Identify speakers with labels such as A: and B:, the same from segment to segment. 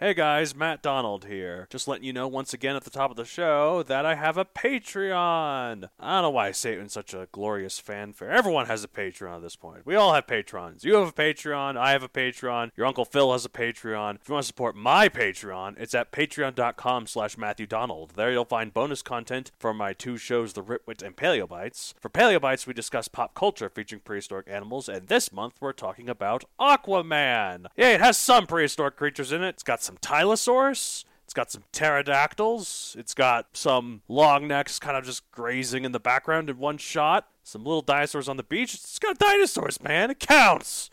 A: Hey guys, Matt Donald here. Just letting you know once again at the top of the show that I have a Patreon. I don't know why I say it in such a glorious fanfare. Everyone has a Patreon at this point. We all have Patrons. You have a Patreon, I have a Patreon, your Uncle Phil has a Patreon. If you want to support my Patreon, it's at patreon.com slash Matthew Donald. There you'll find bonus content for my two shows, The Ripwit and Paleobites. For Paleobites, we discuss pop culture featuring prehistoric animals, and this month we're talking about Aquaman. Yeah, it has some prehistoric creatures in it. It's got some Tylosaurus. It's got some pterodactyls. It's got some long necks kind of just grazing in the background in one shot. Some little dinosaurs on the beach. It's got dinosaurs, man. It counts.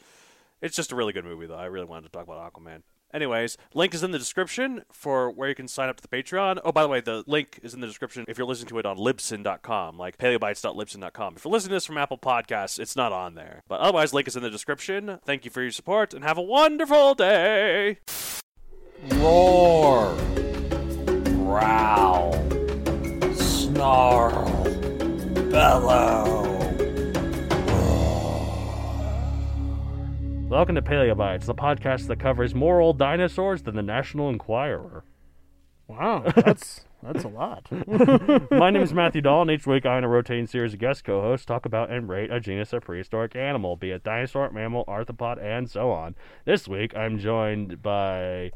A: It's just a really good movie, though. I really wanted to talk about Aquaman. Anyways, link is in the description for where you can sign up to the Patreon. Oh, by the way, the link is in the description if you're listening to it on libsyn.com, like paleobites.libsyn.com. If you're listening to this from Apple Podcasts, it's not on there. But otherwise, link is in the description. Thank you for your support and have a wonderful day.
B: Roar. Growl. Snarl. Bellow.
A: Welcome to Paleobites, the podcast that covers more old dinosaurs than the National Enquirer.
C: Wow, that's that's a lot.
A: My name is Matthew Dahl, and each week I and a rotating series of guest co hosts talk about and rate a genus of prehistoric animal, be it dinosaur, mammal, arthropod, and so on. This week I'm joined by.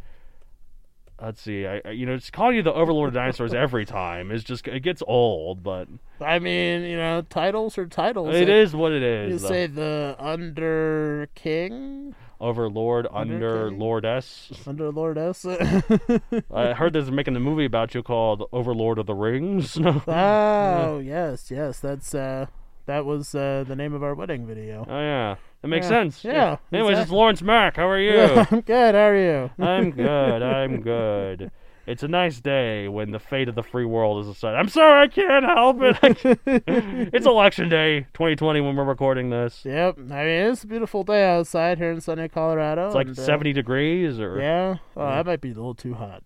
A: Let's see, I, I- you know, just calling you the overlord of dinosaurs every time is just, it gets old, but
C: I mean, you know, titles are titles.
A: it
C: Like,
A: is what it
C: You
A: is. though.
C: say the under king,
A: Overlord, under
C: King?
A: lordess.
C: under lordess.
A: I heard there's making a movie about you called Overlord of the Rings. No.
C: oh yes, yes, that's uh, that was uh, the name of our wedding video.
A: Oh yeah, that makes
C: Yeah.
A: sense.
C: Yeah,
A: Anyways, it's
C: exactly.
A: Lawrence Mack. How are you?
C: Yeah, I'm good. How are you?
A: I'm good. I'm good. It's a nice day when the fate of the free world is decided. I'm sorry, I can't help it. I can't- It's election day, 2020, when we're recording this.
C: Yep. I mean, it's a beautiful day outside here in sunny Colorado.
A: It's like
C: and, uh,
A: 70 degrees, or
C: Yeah. Oh, that might be a little too hot.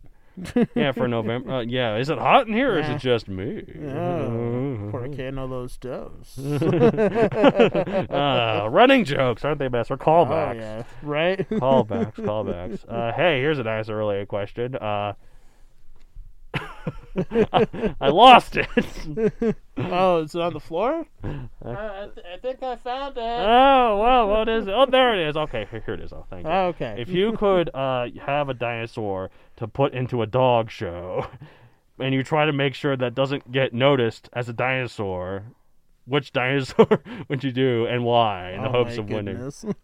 A: Yeah, for November. Uh, yeah, is it hot in here, or is
C: Nah.
A: it just me?
C: Oh,
A: Mm-hmm.
C: poor Canolo's dose.
A: uh, running jokes aren't they best? Or
C: oh
A: callbacks.
C: yeah. Right.
A: callbacks, callbacks. Uh, hey, here's a nice earlier question. Uh, I, I lost it.
C: Oh, is it on the floor? Uh, I, th- I think I found it.
A: oh, well, what is it? Oh, there it is. Okay, here, here it is. Oh, thank you.
C: oh, okay.
A: If you could uh, have a dinosaur to put into a dog show, and you try to make sure that doesn't get noticed as a dinosaur, which dinosaur would you do and why, in the
C: Oh,
A: hopes
C: my
A: of winning?
C: goodness.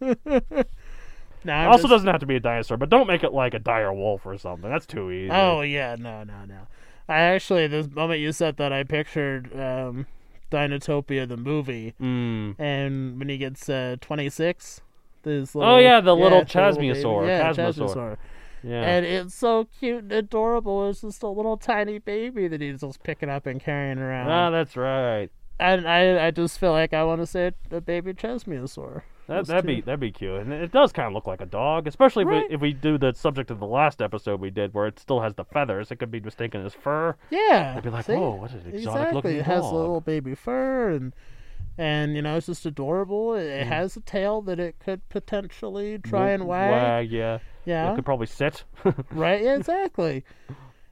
C: no, I'm
A: Also,
C: just-
A: doesn't have to be a dinosaur, but don't make it like a dire wolf or something. That's too easy.
C: Oh yeah, no, no, no. I actually, the moment you said that, I pictured um, Dinotopia the movie,
A: Mm.
C: and when he gets uh, 26, this little
A: Oh, yeah, the little
C: it's a baby.
A: Chasmosaur,
C: yeah,
A: Chasmosaur.
C: Chasmosaur.
A: Yeah.
C: and it's so cute and adorable. It's just a little tiny baby that he's just picking up and carrying around,
A: ah, that's right.
C: and I, I just feel like I want to say a baby Chasmosaur.
A: That
C: Those
A: that'd be
C: two.
A: that'd be cute, and it does kind of look like a dog, especially if,
C: Right.
A: we, if we do the subject of the last episode we did, where it still has the feathers. It could be mistaken as fur.
C: Yeah.
A: I'd be like,
C: see?
A: whoa, what an exotic
C: exactly.
A: looking
C: It has
A: dog.
C: a little baby fur and and you know it's just adorable. It,
A: Mm.
C: it has a tail that it could potentially try and wag.
A: yeah.
C: Yeah.
A: It could probably sit.
C: Right. Yeah. Exactly.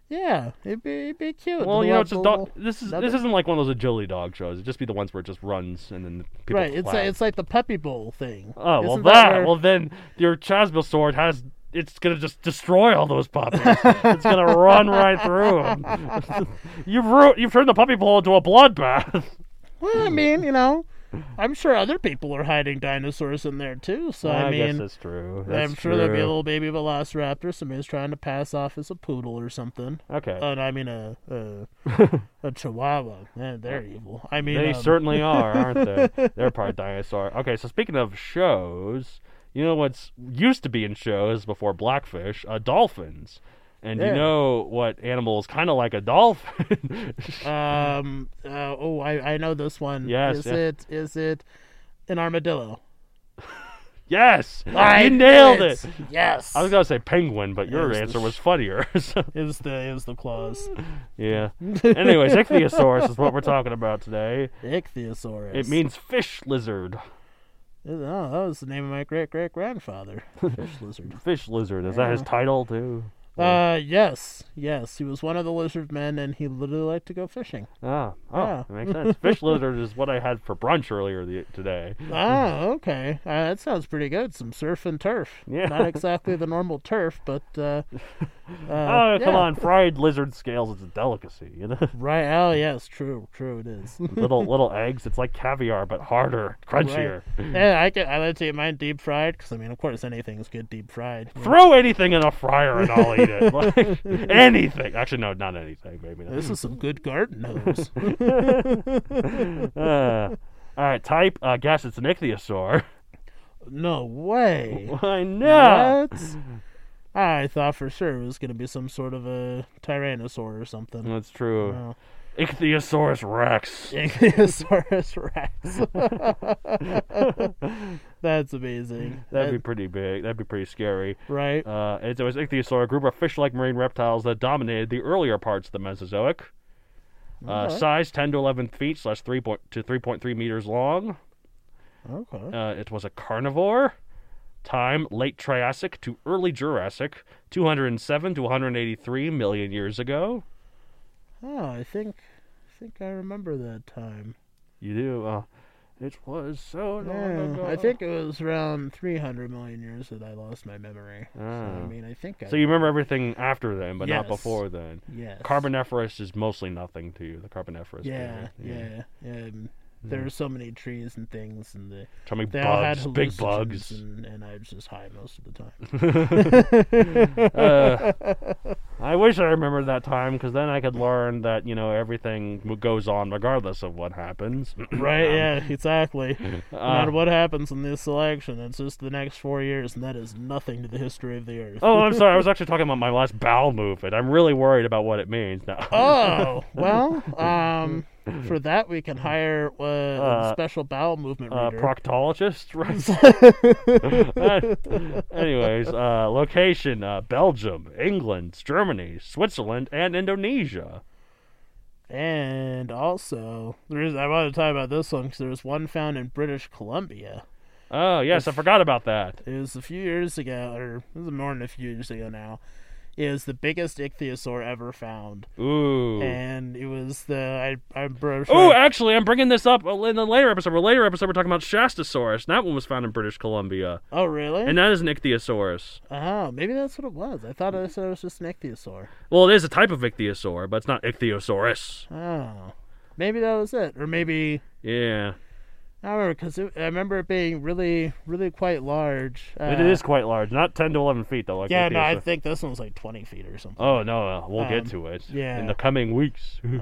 C: yeah. It'd be it'd be cute.
A: well,
C: The
A: you know,
C: little-
A: it's a
C: the
A: dog.
C: little-
A: This is
C: another-
A: this isn't like one of those agility dog shows. It'd just be the ones where it just runs and then the people.
C: right. It's
A: clap.
C: a, it's like the Peppy Bowl thing.
A: oh well
C: Isn't
A: that,
C: where-
A: well then your Chasmosaur sword has it's gonna just destroy all those puppies. it's gonna run right through them. you've ru- you've turned the puppy bowl into a bloodbath.
C: Well, I mean, you know, I'm sure other people are hiding dinosaurs in there too. So I, mean.
A: guess that's true.
C: I'm sure there'd be a little baby velociraptor. Somebody's trying to pass off as a poodle or something.
A: Okay.
C: Uh, I mean a a, a chihuahua. Man, they're evil. I mean,
A: they
C: um,
A: certainly are, aren't they? They're part dinosaur. Okay, so speaking of shows, you know what's used to be in shows before Blackfish? Uh, dolphins. And you
C: Yeah.
A: know what animal is kind of like a dolphin?
C: um. Uh, oh, I I know this one.
A: Yes,
C: Is
A: yeah.
C: it is it an armadillo?
A: yes,
C: I
A: you nailed it.
C: did Yes.
A: I was gonna say penguin, but your
C: Yes,
A: answer
C: this-
A: was funnier. so-
C: It was the it was the claws.
A: yeah. Anyways, ichthyosaurus is what we're talking about today.
C: Ichthyosaurus.
A: It means fish lizard.
C: Oh, that was the name of my great great grandfather. Fish lizard.
A: Fish lizard. Is that his title too?
C: Uh, yes, yes. He was one of the lizard men, and he literally liked to go fishing.
A: Ah, oh,
C: Yeah.
A: that makes sense. Fish lizard is what I had for brunch earlier the, today.
C: Oh, okay. Uh, that sounds pretty good. Some surf and turf.
A: Yeah.
C: Not exactly the normal turf, but uh,
A: oh, come
C: yeah.
A: on, fried lizard scales is a delicacy, you know.
C: right. Oh, yes, true, true. It is.
A: little little eggs, it's like caviar but harder, crunchier.
C: yeah, I can. I like to eat mine deep fried because I mean, of course, anything's good deep fried. you know.
A: Throw anything in a fryer and I'll eat it. Like, anything. Actually, no, not anything. Maybe not.
C: This is some good garden hose.
A: Uh, all right, type. I guess it's an ichthyosaur.
C: no way.
A: I know.
C: What? I thought for sure it was gonna be some sort of a tyrannosaur or something.
A: That's true.
C: No.
A: Ichthyosaurus rex.
C: Ichthyosaurus rex. That's amazing.
A: That'd be
C: That-
A: pretty big. That'd be pretty scary.
C: right.
A: Uh, it was ichthyosaur, a group of fish-like marine reptiles that dominated the earlier parts of the Mesozoic. Uh,
C: Alright.
A: Size 10 to 11 feet slash 3 point, to 3.3 meters long.
C: okay.
A: Uh, it was a carnivore. Time late Triassic to early Jurassic, 207 to 183 million years ago.
C: Oh, I think, I think I remember that time.
A: You do. Uh, it was so long
C: Yeah,
A: ago.
C: I think it was around 300 million years that I lost my memory. So,
A: Ah.
C: I mean, I think I.
A: So you remember everything after then, but not
C: Yes.
A: before then.
C: yes.
A: Carboniferous is mostly nothing to you. The Carboniferous.
C: Yeah,
A: period.
C: yeah. Um, there were so many trees and things, and the,
A: Tell me
C: they all had
A: Hmm. bugs, big
C: hallucinogens,
A: bugs. Um,
C: and, and I was just high most of the time.
A: Uh, I wish I remembered that time because then I could learn that you know everything w- goes on regardless of what happens.
C: right? yeah, exactly. No
A: Uh,
C: matter what happens in this election, it's just the next four years, and that is nothing to the history of the earth.
A: oh, I'm sorry. I was actually talking about my last bowel movement. I'm really worried about what it means now.
C: Oh, well, um, for that we can hire uh,
A: Uh,
C: a special bowel movement
A: Uh,
C: reader.
A: proctologist, right? Anyways, uh, location: uh, Belgium, England, Germany, Switzerland, and Indonesia.
C: and also, there's, I want to talk about this one because there was one found in British Columbia.
A: Oh yes, I forgot about that.
C: It was a few years ago, or it was more than a few years ago now. Is the biggest ichthyosaur ever found,
A: Ooh.
C: and it was the I I'm bro-
A: Oh,
C: sure-
A: actually, I'm bringing this up uh, in the later episode. We're later episode, we're talking about Shastasaurus. and That one was found in British Columbia,
C: oh really?
A: and that is an ichthyosaurus.
C: oh, maybe that's what it was. I thought I said it was just an ichthyosaur.
A: Well, it is a type of ichthyosaur, but it's not ichthyosaurus.
C: Oh, maybe that was it, or maybe
A: Yeah,
C: I remember because I remember it being really, really quite large. Uh,
A: quite large, not 10 to 11 feet though. Like
C: Yeah, no, I think this one's like twenty feet or something.
A: Oh no, uh, we'll
C: Um,
A: get to it
C: yeah.
A: in the coming weeks. I think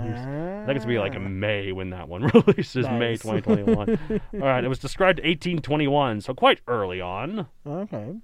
A: it's gonna be like
C: Ah.
A: May when that one releases, May
C: Nice.
A: 2021. All right, it was described 1821, so quite early on.
C: okay.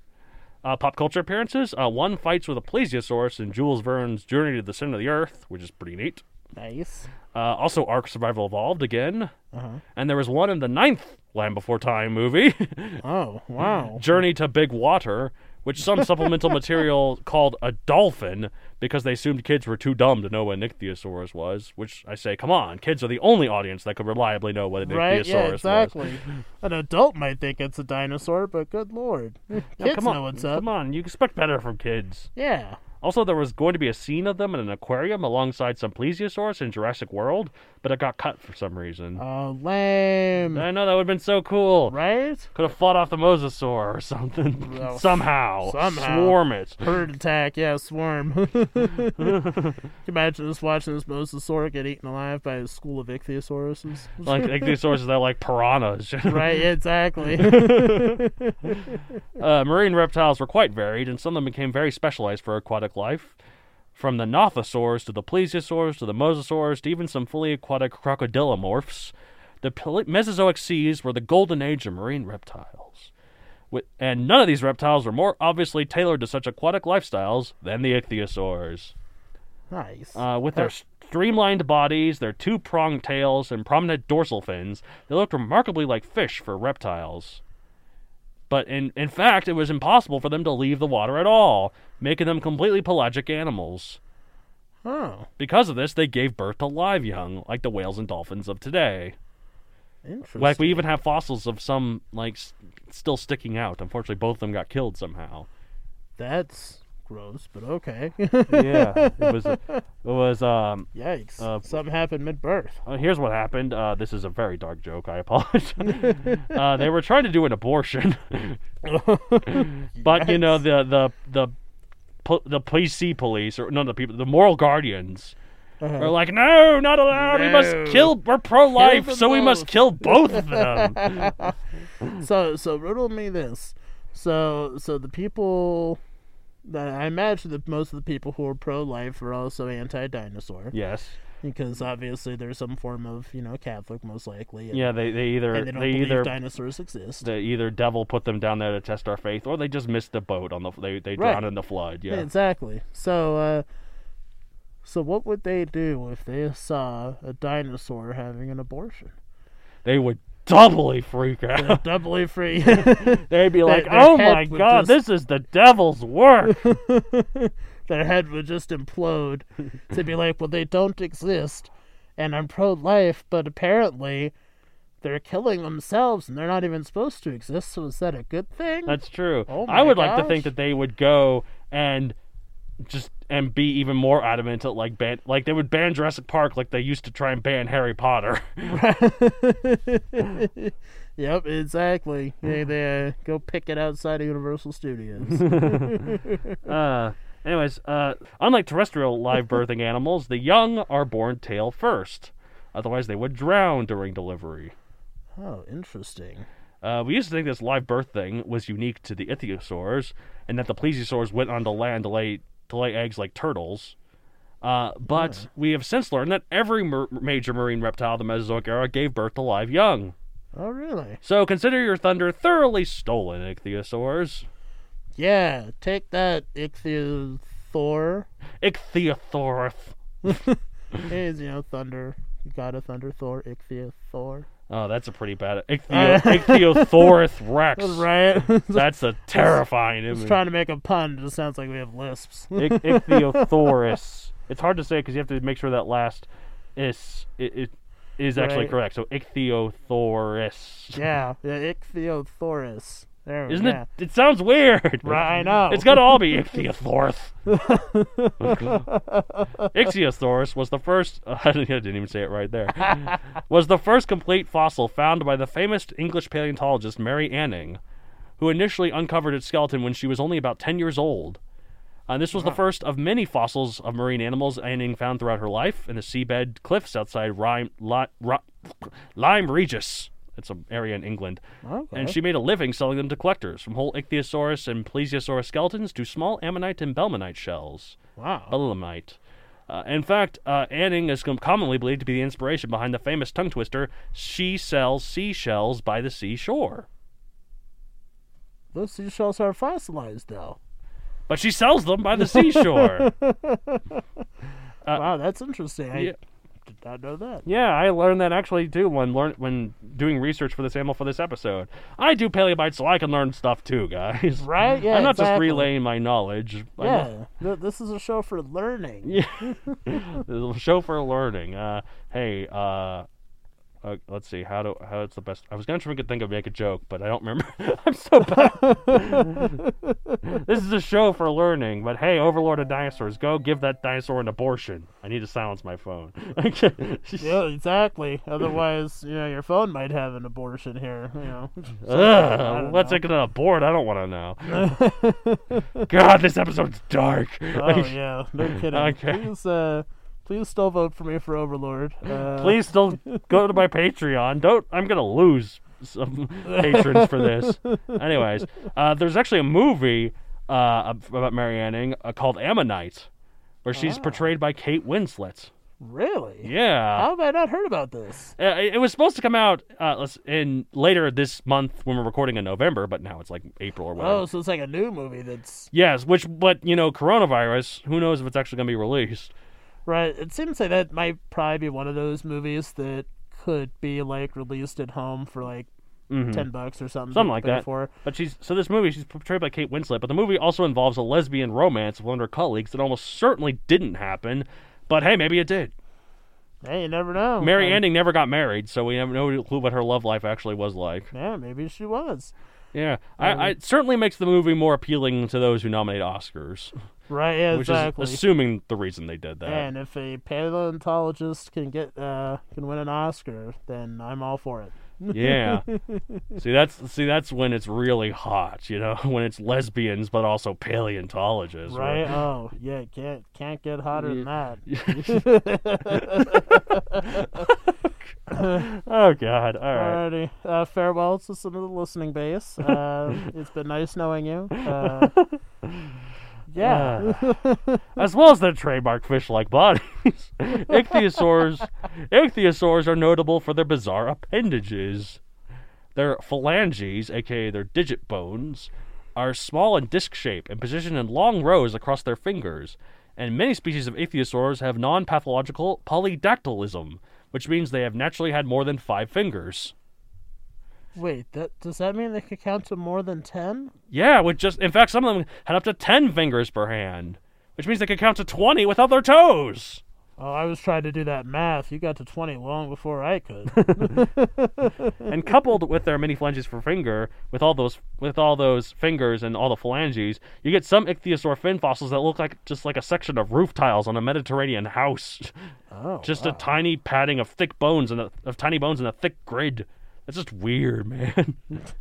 A: Uh, pop culture appearances. Uh, one fights with a plesiosaurus in Jules Verne's Journey to the Center of the Earth, which is pretty neat.
C: Nice.
A: Uh, also, Ark Survival Evolved again.
C: Uh-huh.
A: And there was one in the ninth Land Before Time movie,
C: Oh wow.
A: Journey to Big Water, which some supplemental material called a dolphin because they assumed kids were too dumb to know what an ichthyosaurus was. Which I say, come on, kids are the only audience that could reliably know what an
C: Right?
A: ichthyosaurus
C: Yeah,
A: was.
C: exactly. An adult might think it's a dinosaur, but good lord, kids
A: Now, come on,
C: know what's up.
A: Come on, you expect better from kids.
C: Yeah.
A: Also, there was going to be a scene of them in an aquarium alongside some plesiosaurs in Jurassic World, but it got cut for some reason.
C: Oh, lame.
A: I know that would have been so cool.
C: Right?
A: Could have fought off the mosasaur or something.
C: Well,
A: somehow.
C: somehow.
A: Swarm it.
C: Bird attack, yeah, swarm. Imagine just watching this mosasaur get eaten alive by a school of ichthyosaurs.
A: Like ichthyosaurs, they're like piranhas.
C: right, exactly.
A: Uh, marine reptiles were quite varied, and some of them became very specialized for aquatic life. From the nothosaurs to the plesiosaurs to the mosasaurs to even some fully aquatic crocodilomorphs, the Pele- Mesozoic seas were the golden age of marine reptiles. Wi- And none of these reptiles were more obviously tailored to such aquatic lifestyles than the ichthyosaurs.
C: nice.
A: Uh, with their streamlined bodies, their two pronged tails, and prominent dorsal fins, they looked remarkably like fish for reptiles. But in, in fact, it was impossible for them to leave the water at all, making them completely pelagic animals.
C: oh,
A: Because of this, they gave birth to live young, like the whales and dolphins of today.
C: interesting.
A: Like, we even have fossils of some, like, s- still sticking out. Unfortunately, both of them got killed somehow.
C: That's gross, but okay.
A: yeah, it was it was um.
C: Yikes.
A: Uh,
C: Something happened mid birth.
A: uh, here's what happened. Uh, this is a very dark joke. I apologize. uh, they were trying to do an abortion, but you know the the the po- the PC police or none of the people, the moral guardians. are like, no, not allowed. We
C: Uh-huh. No.
A: must kill. We're pro-life,
C: Kill them
A: so we must
C: both."
A: kill both of them.
C: so so riddle me this. So so the people that I imagine that most of the people who are pro life are also anti dinosaur.
A: yes.
C: Because obviously there's some form of, you know, Catholic most likely. And,
A: Yeah. They they either
C: and they
A: they,
C: don't believe
A: either
C: dinosaurs exist.
A: they either devil put them down there to test our faith, or they just missed the boat on the they they
C: Right.
A: drowned in the flood. Yeah.
C: Exactly. So uh so what would they do if they saw a dinosaur having an abortion?
A: They would doubly freak out.
C: Doubly free.
A: They'd be like,
C: their
A: "Oh
C: head
A: my
C: would
A: God,
C: just-
A: this is the devil's work."
C: their head would just implode to be like, well, they don't exist, and I'm pro life, but apparently they're killing themselves and they're not even supposed to exist, so is that a good thing?
A: That's true.
C: Oh
A: I
C: my
A: would like to
C: gosh.
A: think that they would go and just and be even more adamant at like ban like they would ban Jurassic Park like they used to try and ban Harry Potter.
C: yep, exactly. They, they uh, go pick it outside of Universal Studios.
A: uh, anyways, uh, unlike terrestrial live birthing animals, the young are born tail first. Otherwise, they would drown during delivery.
C: oh, interesting.
A: Uh, we used to think this live birth thing was unique to the ichthyosaurs, and that the plesiosaurs went on to land to lay to lay eggs like turtles. Uh, but we have since learned that every mer- major marine reptile of the Mesozoic era gave birth to live young.
C: Oh, really?
A: So consider your thunder thoroughly stolen, ichthyosaurs.
C: Yeah, take that, Ichthyosaur.
A: Ichthyothorth.
C: Is, you know, thunder. God of Thunder, Thor, Ichthyosaur.
A: Oh, that's a pretty bad ichthyo- ichthyothorth rex.
C: Right?
A: That's a terrifying
C: Just
A: image.
C: trying to make a pun. It just sounds like we have lisps.
A: Ich- ichthyosaurus. It's hard to say because you have to make sure that last is it, it is actually
C: Right.
A: correct. So ichthyosaurus.
C: yeah, yeah, ichthyosaurus. There we
A: Isn't
C: yeah.
A: it? It sounds weird.
C: Right, I know.
A: It's got to all be ichthyosaurus. Ichthyosaurus was the first. I didn't even say it right there. was the first complete fossil found by the famous English paleontologist Mary Anning, who initially uncovered its skeleton when she was only about 10 years old. And this was the first of many fossils of marine animals Anning found throughout her life in the seabed cliffs outside Rhyme, Li, Ri- Lyme Regis. It's an area in England.
C: Okay.
A: And she made a living selling them to collectors, from whole ichthyosaurus and plesiosaurus skeletons to small ammonite and belmonite shells.
C: Wow.
A: Belemite. Uh, in fact, uh, Anning is com- commonly believed to be the inspiration behind the famous tongue twister, She Sells Seashells by the Seashore.
C: Those seashells are fossilized, though.
A: But she sells them by the seashore.
C: wow, that's interesting. I
A: yeah.
C: did not know that.
A: yeah, I learned that actually too when learn- when doing research for this animal for this episode. I do paleobites so I can learn stuff too, guys.
C: Right? Yeah.
A: I'm not just
C: exactly.
A: relaying my knowledge. I'm not-
C: Yeah. Th- this is a show for learning.
A: the show for learning. Uh, hey, uh, uh, let's see how do how it's the best. I was gonna try and think of make a joke, but I don't remember. I'm so bad. this is a show for learning. But hey, Overlord of Dinosaurs, go give that dinosaur an abortion. I need to silence my phone. Okay.
C: Yeah, exactly. Otherwise, you know, your phone might have an abortion here. You know, I
A: Ugh,
C: don't
A: what's
C: know.
A: it gonna abort? I don't want to know. God, this episode's dark.
C: oh yeah, no kidding.
A: Okay.
C: Please, uh, please still vote for me for Overlord. Uh,
A: Please don't go to my Patreon. Don't. I'm gonna lose some patrons for this. Anyways, uh, there's actually a movie uh, about Mary Anning uh, called Ammonite, where she's portrayed by Kate Winslet.
C: Really?
A: Yeah.
C: How have I not heard about this?
A: Uh, It it was supposed to come out uh, let's- in later this month when we're recording in November, but now it's like April or whatever.
C: Oh, so it's like a new movie that's
A: Yes, which, but you know, coronavirus. Who knows if it's actually going to be released?
C: Right. It seems like that might probably be one of those movies that could be like released at home for like ten bucks or something.
A: Mm-hmm. Something like
C: to pay
A: that.
C: For.
A: But she's so this movie she's portrayed by Kate Winslet, but the movie also involves a lesbian romance with one of her colleagues that almost certainly didn't happen. But hey, maybe it did.
C: Hey, you never know.
A: Mary
C: Like,
A: Anning never got married, so we have no clue what her love life actually was like.
C: Yeah, maybe she was.
A: Yeah, I, I, it certainly makes the movie more appealing to those who nominate Oscars.
C: Right, yeah,
A: which
C: exactly.
A: is uh, assuming the reason they did that.
C: and if a paleontologist can get uh, can win an Oscar, then I'm all for it.
A: yeah. See that's see that's when it's really hot, you know, when it's lesbians but also paleontologists.
C: Right? Oh, yeah, can't can't get hotter than that.
A: Oh god. All right.
C: Alrighty, uh, farewell to some of the listening base. Uh, it's been nice knowing you. Uh, yeah,
A: as well as their trademark fish-like bodies. ichthyosaurs, ichthyosaurs are notable for their bizarre appendages. Their phalanges, aka their digit bones, are small and disc-shaped and positioned in long rows across their fingers. And many species of ichthyosaurs have non-pathological polydactylism, which means they have naturally had more than five fingers.
C: wait, that does that mean they could count to more than ten?
A: Yeah, with just in fact, some of them had up to ten fingers per hand, which means they could count to twenty without their toes.
C: Oh, I was trying to do that math. You got to twenty long before I could.
A: and coupled with their many phalanges for finger, with all those with all those fingers and all the phalanges, you get some ichthyosaur fin fossils that look like just like a section of roof tiles on a Mediterranean house.
C: oh,
A: just a tiny padding of thick bones and a, of tiny bones and a thick grid. That's just weird, man.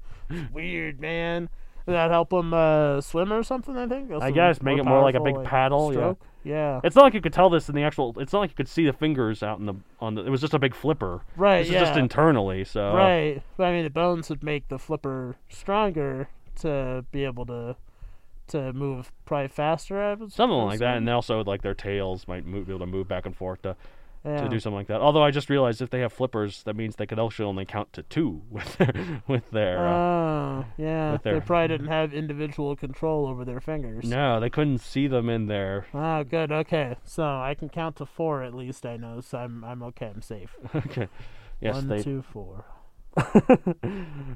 C: weird, man. Did that help them uh, swim or something? I think. That's
A: I
C: a
A: guess, make it more like a
C: powerful,
A: big paddle, yeah.
C: Stroke? Yeah.
A: It's not like you could tell this in the actual. It's not like you could see the fingers out in the on the. It was just a big flipper.
C: Right,
A: This is just
C: yeah.
A: internally. So
C: Right. But I mean, the bones would make the flipper stronger to be able to to move probably faster. I would
A: Something like
C: suppose.
A: that, and also like their tails might move, be able to move back and forth to
C: Yeah.
A: to do something like that. Although I just realized if they have flippers, that means they could actually only count to two with their with their. Uh,
C: Oh, yeah.
A: with
C: They
A: their-
C: probably didn't have individual control over their fingers.
A: no, they couldn't see them in there.
C: Oh, good. Okay. So I can count to four at least, I know. So I'm, I'm okay. I'm safe.
A: okay. Yes,
C: One,
A: they.
C: two, four.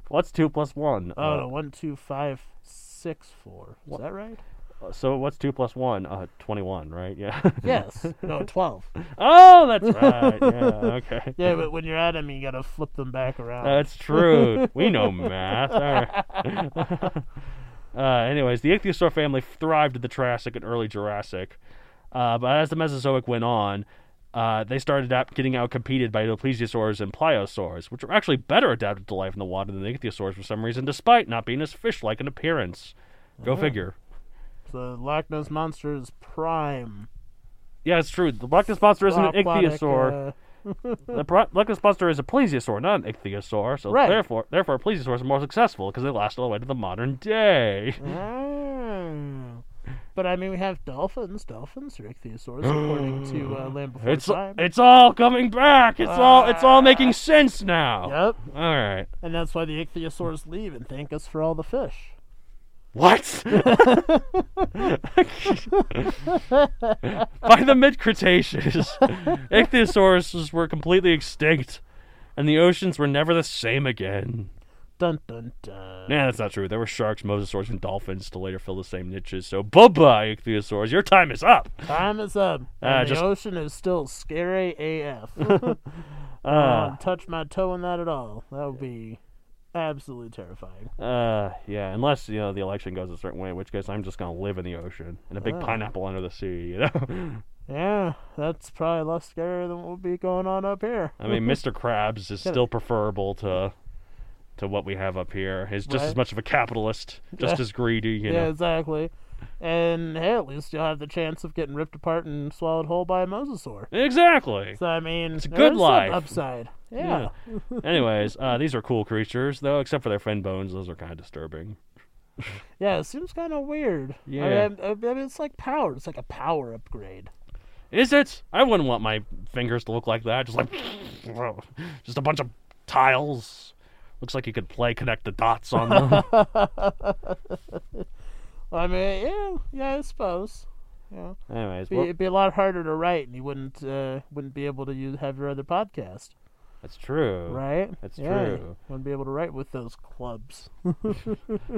A: What's two plus one?
C: Oh, no. One, two, five, six, four. Is that right?
A: Uh, so what's two plus one? Uh, twenty-one, right? Yeah.
C: Yes. no, 12.
A: oh, that's right. Yeah. Okay.
C: Yeah, but when you're at them, you got to flip them back around.
A: That's true. we know math. All right. uh, anyways, the ichthyosaur family thrived in the Triassic and early Jurassic, uh, but as the Mesozoic went on, uh, they started adapt- getting out competed by the plesiosaurs and pliosaurs, which were actually better adapted to life in the water than the ichthyosaurs for some reason, despite not being as fish-like in appearance. Go figure.
C: The Loch Ness Monster is prime.
A: Yeah, it's true. The Loch Ness monster isn't an
C: aquatic,
A: ichthyosaur.
C: uh,
A: The pro- Loch Ness Monster is a plesiosaur, not an ichthyosaur, so
C: Right.
A: therefore, therefore, plesiosaurs are more successful because they last all the way to the modern day.
C: oh. But I mean, we have dolphins. Dolphins are ichthyosaurs, according to uh, Land Before
A: It's
C: Time. Ah.
A: it's all coming back. It's all it's all making sense now.
C: Yep.
A: All right.
C: And that's why the ichthyosaurs leave and thank us for all the fish.
A: What? By the mid Cretaceous, ichthyosaurs were completely extinct, and the oceans were never the same again.
C: Dun dun dun.
A: Nah, that's not true. There were sharks, mosasaurs, and dolphins to later fill the same niches. So, bye bye, ichthyosaurs. Your time is up.
C: Time is up.
A: Ah,
C: And
A: just-
C: The ocean is still scary AF.
A: Uh,
C: I don't touch my toe in that at all. That would be absolutely terrifying.
A: Uh, yeah, unless you know the election goes a certain way, in which case I'm just gonna live in the ocean in a big
C: Oh.
A: pineapple under the sea. You know,
C: Yeah, that's probably less scary than what would be going on up here.
A: I mean, Mr. Krabs is still preferable to to what we have up here. He's just as
C: Right.
A: much of a capitalist, just
C: Yeah.
A: as greedy. You
C: Yeah,
A: know,
C: exactly. And hey, at least you'll have the chance of getting ripped apart and swallowed whole by a mosasaur.
A: exactly.
C: So I mean, it's
A: a good life.
C: upside. Yeah.
A: Yeah. Anyways, uh, these are cool creatures though, except for their fin bones. Those are kind of disturbing.
C: yeah, it seems kind of weird.
A: Yeah.
C: I mean, I, I mean, it's like power. It's like a power upgrade.
A: Is it? I wouldn't want my fingers to look like that. Just like, just a bunch of tiles. Looks like you could play connect the dots on them.
C: I mean, yeah, yeah, I suppose. Yeah,
A: Anyways,
C: Be-
A: well-
C: it'd be a lot harder to write, and you wouldn't uh, wouldn't be able to use, have your other podcast,
A: That's true.
C: right?
A: That's
C: Yeah, you
A: true.
C: Wouldn't be able to write with those clubs.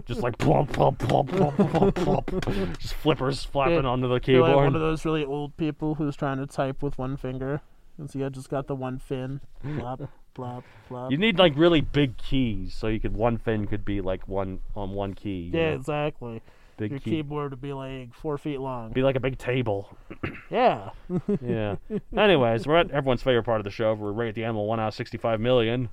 A: Just like plump, plump, plump, plump, plump, plump. Just flippers flapping
C: Yeah.
A: onto the
C: Be like one
A: keyboard.
C: of those really old people who's trying to type with one finger, and so you just got the one fin. Flop, flop, flop.
A: You need like really big keys, so you could one fin could be like one on one key. you
C: yeah,
A: know?
C: exactly.
A: Big
C: your
A: key-
C: keyboard would be like four feet long.
A: Be like a big table.
C: Yeah.
A: Yeah. Anyways, we're at everyone's favorite part of the show. We're right at the animal, one out of sixty-five million.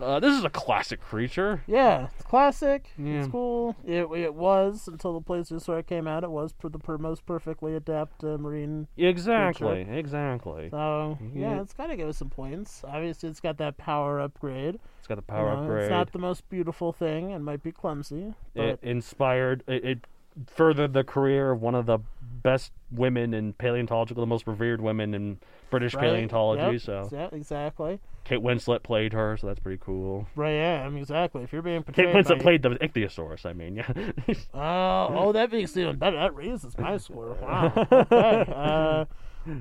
A: Uh, this is a classic creature.
C: Yeah. It's classic.
A: Yeah.
C: It's cool. It, it was, until the PlayStation came out, it was per the per most perfectly adept uh, marine
A: Exactly. Exactly.
C: So yeah,
A: Yeah.
C: it's gotta give us some points. Obviously, it's got that power upgrade.
A: It's got the
C: you
A: power
C: know,
A: upgrade.
C: It's not the most beautiful thing, and might be clumsy, but
A: it inspired it, it furthered the career of one of the best women in paleontological the most revered women in british
C: right?
A: paleontology
C: Yep,
A: so
C: exa- exactly.
A: kate winslet played her so that's pretty cool
C: Right, yeah, I mean, exactly. If you're being
A: kate
C: portrayed
A: winslet
C: by-
A: played the ichthyosaurus i mean yeah
C: Oh, oh, that makes it even better. That raises my score. Wow. Okay. Uh,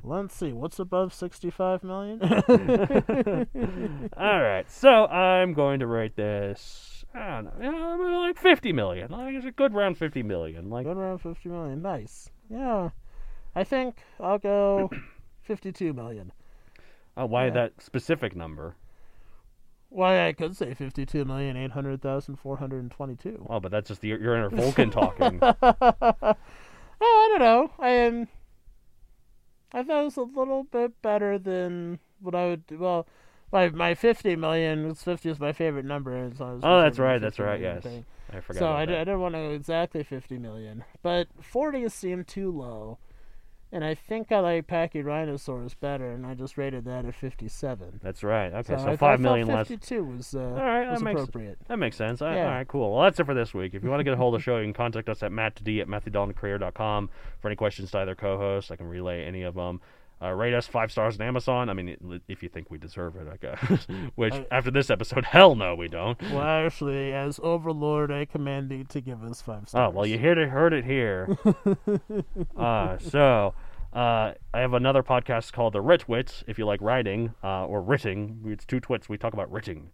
C: let's see. What's above sixty-five million?
A: all right so i'm going to rate this I don't know, you know, maybe like 50 million. Like, it's a good round 50 million. Like,
C: Going around fifty million. Nice. Yeah. I think I'll go fifty-two million.
A: oh, why that specific number?
C: Why I could say fifty-two million eight hundred thousand four hundred and twenty-two.
A: Oh, but that's just the, your inner Vulcan talking.
C: Oh, I don't know. I am. I thought it was a little bit better than what I would. do. Well, my my fifty million. it's Fifty is my favorite number. and so I was
A: Oh, that's
C: considering
A: right. That's
C: 50
A: right.
C: million
A: Yes.
C: thing.
A: I forgot.
C: So
A: about
C: I, d-
A: that.
C: I didn't want to go exactly fifty million, but forty seemed too low, and I think I like Pachyrhinosaurus better, and I just rated that at fifty-seven.
A: That's right. Okay, so,
C: I- I
A: five
C: thought
A: million less.
C: Fifty-two was uh,
A: All right,
C: was
A: that makes
C: appropriate.
A: that makes sense. I-
C: Yeah.
A: All right, cool. Well, that's it for this week. If you want to get a hold of the show, you can contact us at mattd at matthewdoncareer.com for any questions to either co-host. I can relay any of them. Uh, rate us five stars on Amazon. I mean, it- if you think we deserve it, I guess. Which after this episode, hell no, we don't.
C: Well, actually, as Overlord, I command thee to give us five
A: Oh
C: stars.
A: well, you heard it, heard it here. uh, so uh, I have another podcast called The Rit Wits. If you like writing uh, or writing, it's two twits. We talk about writing.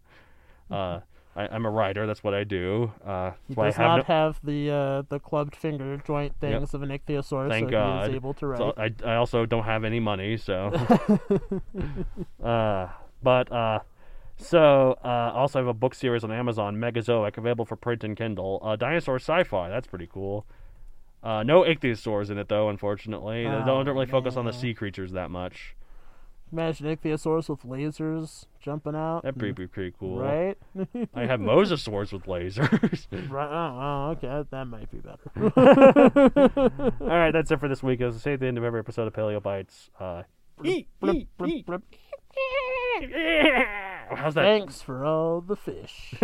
A: Uh, I, I'm a writer. That's what I do. Uh, that's why I
C: does
A: have
C: not
A: no-
C: have the uh, the clubbed finger joint things of an ichthyosaurus,
A: Thank
C: so
A: God.
C: he is able to write.
A: So I, I also don't have any money, so. uh, but uh, so uh, also have a book series on Amazon, Megazoic, available for print and Kindle. Uh, dinosaur sci-fi, that's pretty cool. Uh, no ichthyosaurs in it though, unfortunately. they
C: Oh,
A: don't really focus on the sea creatures that much.
C: Imagine ichthyosaurus with lasers jumping out,
A: That'd be, be pretty cool.
C: right?
A: I have mosasaurs with lasers.
C: right. Oh, oh, okay, that, that might be better.
A: All right, that's it for this week. As I say at the end of every episode of Paleo Bites. Uh, how's that?
C: Thanks for all the fish.